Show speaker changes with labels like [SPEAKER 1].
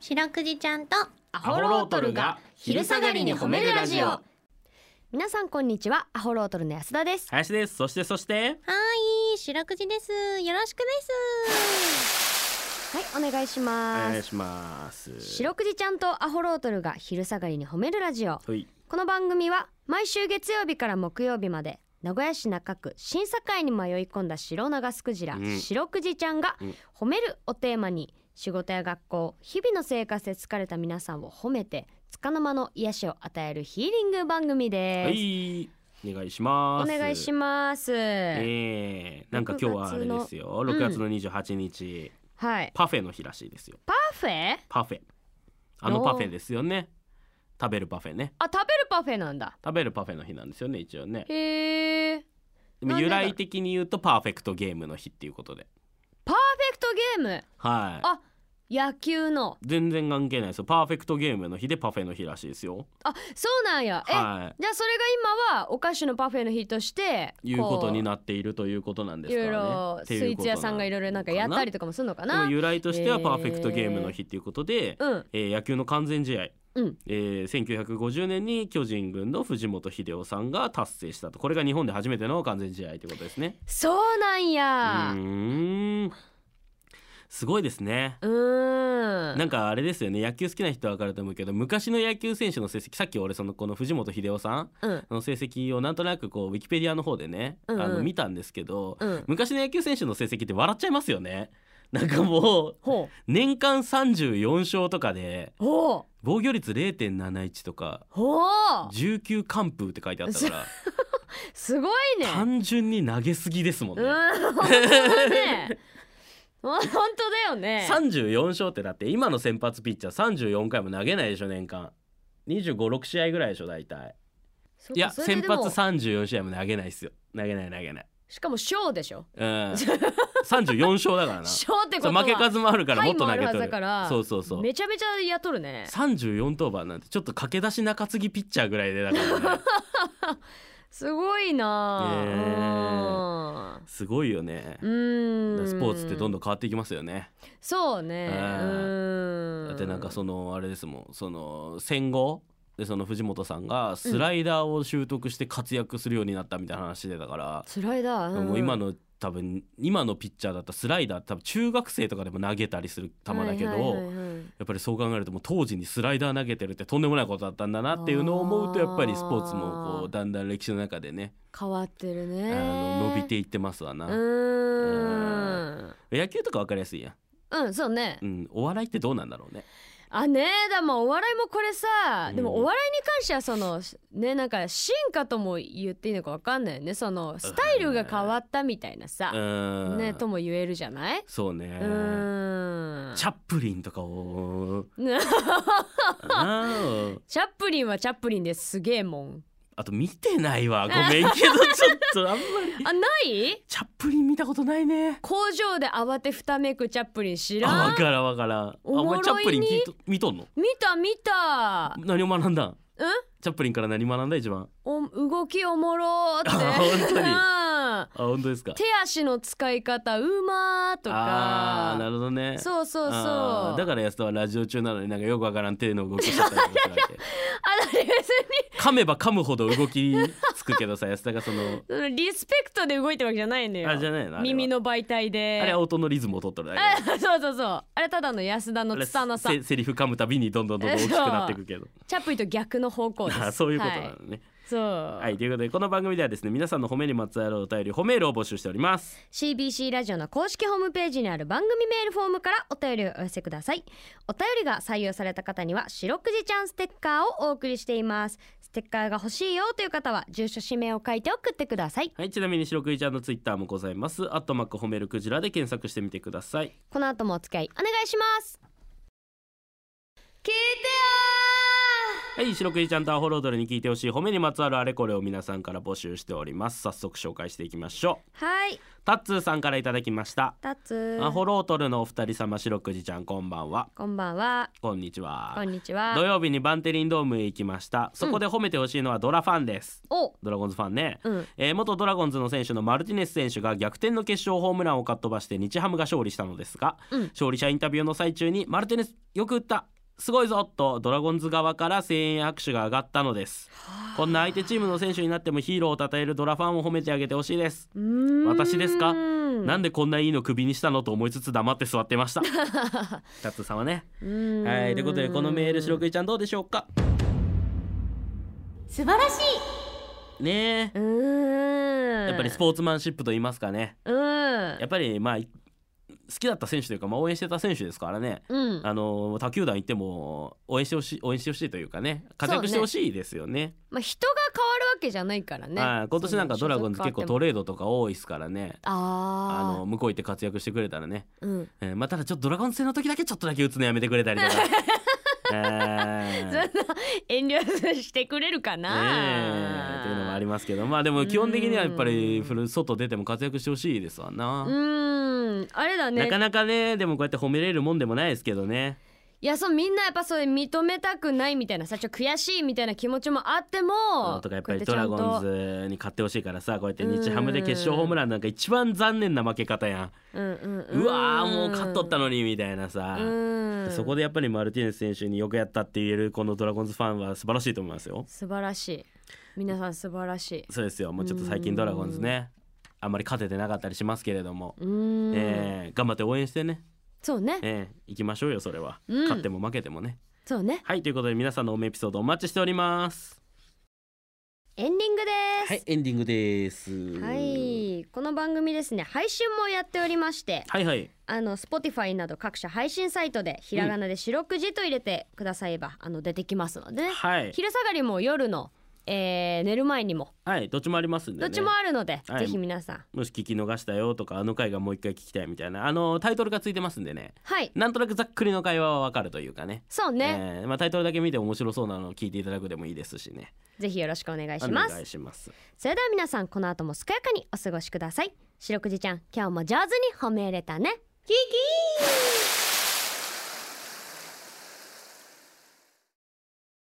[SPEAKER 1] 白くじちゃんとア
[SPEAKER 2] ホロートルが昼下がりに褒めるラジオ
[SPEAKER 3] 皆さんこんにちはアホロートルの安田です
[SPEAKER 2] 林ですそしてそして
[SPEAKER 1] はい白くじですよろしくです
[SPEAKER 3] はいお願いし
[SPEAKER 2] お
[SPEAKER 3] ま
[SPEAKER 2] 願い
[SPEAKER 3] す
[SPEAKER 2] します
[SPEAKER 3] 白くじちゃんとアホロートルが昼下がりに褒めるラジオ
[SPEAKER 2] はい
[SPEAKER 3] この番組は毎週月曜日から木曜日まで名古屋市中区審査会に迷い込んだ白長スクジラ、
[SPEAKER 2] うん
[SPEAKER 3] 白くじちゃんが
[SPEAKER 2] うん
[SPEAKER 3] 「褒める」をテーマに仕事や学校日々の生活で疲れた皆さんを褒めて束の間の癒しを与えるヒーリング番組
[SPEAKER 2] は
[SPEAKER 3] です。
[SPEAKER 2] いお願いします
[SPEAKER 3] お願いします。
[SPEAKER 2] えー、なんか今日はあれですよ
[SPEAKER 3] 月
[SPEAKER 2] 6
[SPEAKER 3] の
[SPEAKER 2] 月の28日、
[SPEAKER 3] はい。
[SPEAKER 2] パフェの日らしいですよ
[SPEAKER 3] パフェ？
[SPEAKER 2] パフェあのパフェですよね食べるパフェね
[SPEAKER 3] あ、食べるパフェなんだ。
[SPEAKER 2] 食べるパフェの日なんですよね一応ね
[SPEAKER 3] へえ。
[SPEAKER 2] でも
[SPEAKER 3] なん
[SPEAKER 2] 由
[SPEAKER 3] でだ
[SPEAKER 2] 来的に言うとパーフェクトゲームの日っていうことで
[SPEAKER 3] パーフェクトゲーム。
[SPEAKER 2] はい
[SPEAKER 3] あ野球の。
[SPEAKER 2] 全然関係ないですよパーフェクトゲームの日でパフェの日らしいですよ
[SPEAKER 3] あ、そうなんや。え、
[SPEAKER 2] は
[SPEAKER 3] じゃあそれが今はお菓子のパフェの日として
[SPEAKER 2] いいうことに
[SPEAKER 3] っ
[SPEAKER 2] なっているということなんで
[SPEAKER 3] い
[SPEAKER 2] すか
[SPEAKER 3] ろい
[SPEAKER 2] ら
[SPEAKER 3] ろ
[SPEAKER 2] ね
[SPEAKER 3] スイーツ屋さんがいろいろなんかやったり
[SPEAKER 2] と
[SPEAKER 3] とかもするのか
[SPEAKER 2] かで
[SPEAKER 3] な
[SPEAKER 2] も由来としては
[SPEAKER 3] えー
[SPEAKER 2] パーフェクトゲームの日っていうことで、
[SPEAKER 3] うん
[SPEAKER 2] えー野球の完全試合、
[SPEAKER 3] うん
[SPEAKER 2] えー1950年に巨人軍の藤本英夫さんが達成したとこれが日本で初めての完全試合ということですね
[SPEAKER 3] そうなん
[SPEAKER 2] う
[SPEAKER 3] や
[SPEAKER 2] ーんすごいですね
[SPEAKER 3] うーん
[SPEAKER 2] なんかあれですよね野球好きな人は分かると思うけど昔の野球選手の成績さっき俺そのこの藤本英夫さん
[SPEAKER 3] うん
[SPEAKER 2] の成績をなんとなくこうウィキペディアの方でね、
[SPEAKER 3] うんうん
[SPEAKER 2] あの見たんですけど、
[SPEAKER 3] うん
[SPEAKER 2] 昔の野球選手の成績って笑っちゃいますよねなんかもう
[SPEAKER 3] ほ
[SPEAKER 2] 年間34勝とかで
[SPEAKER 3] うほう
[SPEAKER 2] 防御率0.71とか
[SPEAKER 3] ほう
[SPEAKER 2] 19完封って書いてあったから
[SPEAKER 3] すごいね
[SPEAKER 2] 単純に投げすぎですもん
[SPEAKER 3] う
[SPEAKER 2] ね、
[SPEAKER 3] ん本当だね本当だよね
[SPEAKER 2] 34勝ってだって今の先発ピッチャー34回も投げないでしょ年間2 5 6試合ぐらいでしょ大体
[SPEAKER 3] そっ
[SPEAKER 2] い
[SPEAKER 3] か
[SPEAKER 2] や
[SPEAKER 3] それ
[SPEAKER 2] 先
[SPEAKER 3] ででも
[SPEAKER 2] 発34試合も投げないですよ投げない投げない
[SPEAKER 3] しかも小でしょ
[SPEAKER 2] うん 34勝だからなそ
[SPEAKER 3] 小ってこと
[SPEAKER 2] う
[SPEAKER 3] は
[SPEAKER 2] 負け数もあるから
[SPEAKER 3] タ
[SPEAKER 2] も
[SPEAKER 3] イ
[SPEAKER 2] っと
[SPEAKER 3] もあ
[SPEAKER 2] 投
[SPEAKER 3] る
[SPEAKER 2] げ
[SPEAKER 3] は
[SPEAKER 2] と
[SPEAKER 3] ず
[SPEAKER 2] る
[SPEAKER 3] だから
[SPEAKER 2] そうそうそう
[SPEAKER 3] めちゃめちゃやっとるね
[SPEAKER 2] 34登板なんてちょっと駆け出し中継ぎピッチャーぐらいでだから ね
[SPEAKER 3] すごいな
[SPEAKER 2] ねえ
[SPEAKER 3] うん
[SPEAKER 2] すごいよね
[SPEAKER 3] うーん
[SPEAKER 2] スポーツってどんどん変わっていきますよね
[SPEAKER 3] そうね
[SPEAKER 2] ええ
[SPEAKER 3] うーん
[SPEAKER 2] だってなんかそのあれですもんその戦後でその藤本さんがスライダーを習得して活躍するようになったみたいな話でだから、
[SPEAKER 3] スライダー
[SPEAKER 2] もう今
[SPEAKER 3] の
[SPEAKER 2] の多分今のピッチャーだったらスライダー多分中学生とかでも投げたりする球だけど、やっぱりそう考えるともう当時にスライダー投げてるってとんでもないことだったんだなっていうのを思うと
[SPEAKER 3] あ
[SPEAKER 2] や
[SPEAKER 3] ー
[SPEAKER 2] っぱりスポーツもこうだんだん歴史の中でね、
[SPEAKER 3] 変わってるね
[SPEAKER 2] あの伸びていってますわな、
[SPEAKER 3] うーん
[SPEAKER 2] 野球とか分かりやすいやん、
[SPEAKER 3] うんそうね
[SPEAKER 2] うん、お笑いってどうなんだろうね
[SPEAKER 3] あねえだもんお笑いもこれさ
[SPEAKER 2] うん
[SPEAKER 3] でもお笑いに関してはそのねなんか進化とも言っていいのかわかんないよねそのスタイルが変わったみたいな
[SPEAKER 2] う
[SPEAKER 3] さ
[SPEAKER 2] ん
[SPEAKER 3] ねとも言えるじゃない
[SPEAKER 2] そうね、
[SPEAKER 3] うーん
[SPEAKER 2] チャップリンとかをあ ー
[SPEAKER 3] チャップリンはチャップリンですすげえもん
[SPEAKER 2] あと見てない わごめんけどちょっとあんまり
[SPEAKER 3] あない
[SPEAKER 2] チャップリン見たことないね
[SPEAKER 3] 工場で慌てふためくチャップリン知ら
[SPEAKER 2] あ
[SPEAKER 3] ん
[SPEAKER 2] わからんわからんあ
[SPEAKER 3] おもろいに
[SPEAKER 2] チャップリン聞いと見とんの
[SPEAKER 3] 見た見た
[SPEAKER 2] 何を学んだん
[SPEAKER 3] うん
[SPEAKER 2] チャップリンから何学んだ一番
[SPEAKER 3] お動きおもろーって
[SPEAKER 2] あ本当に
[SPEAKER 3] うん
[SPEAKER 2] あ本当ですか
[SPEAKER 3] 手足の使い方うまーと
[SPEAKER 2] あーな
[SPEAKER 3] か
[SPEAKER 2] るほどねう
[SPEAKER 3] そうそうそうあ
[SPEAKER 2] だから安田はラジオ中なのになんかよくわからん手の動きしちゃったりとかするわけ
[SPEAKER 3] だって別に
[SPEAKER 2] 噛めば噛むほど動きつくけどさ安田が その
[SPEAKER 3] そのリスペクトで動いてるわけじゃないのよ
[SPEAKER 2] あじゃないのあれは
[SPEAKER 3] 耳の媒体で
[SPEAKER 2] あれは音のリズムを取っとるだけ
[SPEAKER 3] あ そうそうそうあれただの安田
[SPEAKER 2] あ
[SPEAKER 3] の
[SPEAKER 2] れ
[SPEAKER 3] つたなさ
[SPEAKER 2] せセリフ噛むたびにどんどんどんどん大きくなっていくけど
[SPEAKER 3] チャップリンと逆の方向です
[SPEAKER 2] あ そういうことな
[SPEAKER 3] は
[SPEAKER 2] のね、
[SPEAKER 3] そう、
[SPEAKER 2] はい、ということでこの番組ではですね皆さんの褒めにまつわるお便り褒めールを募集しております
[SPEAKER 3] CBC ラジオの公式ホームページにある番組メールフォームからお便りをお寄せくださいお便りが採用された方には「白くじちゃんステッカー」をお送りしていますステッカーが欲しいよという方は住所氏名を書いて送ってください
[SPEAKER 2] はいちなみに白くいちゃんのツイッターもございますアットマック褒めるクジラで検索してみてください
[SPEAKER 3] この後もお付き合いお願いします聞いて
[SPEAKER 2] はい白くいちゃんとアホロードルに聞いてほしい褒めにまつわるあれこれを皆さんから募集しております早速紹介していきましょう
[SPEAKER 3] よはい
[SPEAKER 2] タッツーさんからいただきました
[SPEAKER 3] タツ
[SPEAKER 2] アホロートルのお二人様白くじちゃんこんばんは
[SPEAKER 3] こんばんは
[SPEAKER 2] こんにちは
[SPEAKER 3] こんにち
[SPEAKER 2] 土
[SPEAKER 3] は
[SPEAKER 2] 曜日にバンテリンドームへ行きましたそこで褒めてほしいのはドラファンです、
[SPEAKER 3] お
[SPEAKER 2] ドラゴンズファンね、
[SPEAKER 3] うん
[SPEAKER 2] えー元ドラゴンズの選手のマルティネス選手が逆転の決勝ホームランをかっ飛ばして日ハムが勝利したのですが、
[SPEAKER 3] うん
[SPEAKER 2] 勝利者インタビューの最中にマルティネスよく打ったすごいぞとドラゴンズ側から声援や拍手が上がったのですこんな相手チームの選手になってもヒーローを称えるドラファンを褒めてあげてほしいです
[SPEAKER 3] うーん
[SPEAKER 2] 私ですかなんで
[SPEAKER 3] で
[SPEAKER 2] こんないいの首にしたのと思いつつ黙って座ってま したタツさんはねはいということでこのメール白くいちゃんどうでしょうか
[SPEAKER 1] 素晴らしい
[SPEAKER 2] ね
[SPEAKER 3] うー
[SPEAKER 2] え
[SPEAKER 3] ん
[SPEAKER 2] やっぱりスポーツマンシップと言いますかね
[SPEAKER 3] うん
[SPEAKER 2] やっぱりまあい好きだった選手というか、まあ、応援してた選手ですからね
[SPEAKER 3] うん
[SPEAKER 2] あの他球団行っても応援してほしい応援してほしいというかね活躍してほしいですよね
[SPEAKER 3] まあ人が変わるわけじゃないからね
[SPEAKER 2] はい今年なんかドラゴンズ結構ト
[SPEAKER 3] れ
[SPEAKER 2] レードとか多いですからねあ
[SPEAKER 3] あ
[SPEAKER 2] の向こう行って活躍してくれたらね、
[SPEAKER 3] ーうん
[SPEAKER 2] えーまあ、ただちょっとドラゴンズ戦の時だけちょっとだけ打つのやめてくれたりとか。えー
[SPEAKER 3] 遠慮してくれるか
[SPEAKER 2] ね
[SPEAKER 3] な
[SPEAKER 2] えというのもありますけどまあでも基本的にはやっぱり
[SPEAKER 3] うん
[SPEAKER 2] フル外出ても活躍してほしいですわな、
[SPEAKER 3] うーんあれだね
[SPEAKER 2] なかなかねでもこうやって褒めれるもんでもないですけどね
[SPEAKER 3] いやそうみんなやっぱそういう認めたくないみたいな最初悔しいみたいな気持ちもあっても
[SPEAKER 2] とかやっぱりドラゴン
[SPEAKER 3] ズ
[SPEAKER 2] ズに勝ってほしいからさこうやって日ハムで決勝ホームランなんか一番残念な負け方やん
[SPEAKER 3] うんうん
[SPEAKER 2] うわーもう勝っとったのにみたいなさ
[SPEAKER 3] うん
[SPEAKER 2] そこでやっぱりマルティネス選手によくやったって言えるこのドラゴンズファンは素晴らしいと思いますよ
[SPEAKER 3] 素晴らしい皆さん素晴らしい
[SPEAKER 2] そうですよもうちょっと最近ドラゴンズねあんまり勝ててなかったりしますけれども、
[SPEAKER 3] うーん、
[SPEAKER 2] えー頑張って応援してね
[SPEAKER 3] そうね
[SPEAKER 2] ええ行きましょうよそれは、
[SPEAKER 3] うん
[SPEAKER 2] 勝っても負けてもね
[SPEAKER 3] そうね
[SPEAKER 2] はいということで皆さんのオウムエピソードお待ちしております
[SPEAKER 3] エンディングです
[SPEAKER 2] はいエンディングです
[SPEAKER 3] はいこの番組ですね配信もやっておりまして
[SPEAKER 2] はいはい
[SPEAKER 3] あの Spotify など各社配信サイトでひらがなで「白くじ」と入れてくだされば、あの出てきますのでね、
[SPEAKER 2] はい
[SPEAKER 3] 昼下がりも夜の、えー寝る前にも
[SPEAKER 2] はいどっちもありますんで
[SPEAKER 3] ど
[SPEAKER 2] ね
[SPEAKER 3] っちもあるので、
[SPEAKER 2] はい
[SPEAKER 3] ぜひ皆さん
[SPEAKER 2] もし聞き逃したよとかあの回がもう一回聞きたいみたいなあのタイトルがついてますんでね
[SPEAKER 3] はい
[SPEAKER 2] なんとなくざっくりの会話はわかるというかね
[SPEAKER 3] そうね、
[SPEAKER 2] ええまあ、タイトルだけ見て面白そうなのを聞いていただくでもいいですしね
[SPEAKER 3] ぜひよろしくお願いしま
[SPEAKER 2] お願
[SPEAKER 3] す
[SPEAKER 2] いします
[SPEAKER 3] それでは皆さんこの後も健やかにお過ごしください白くじちゃん今日も上手に褒め入れたねキキー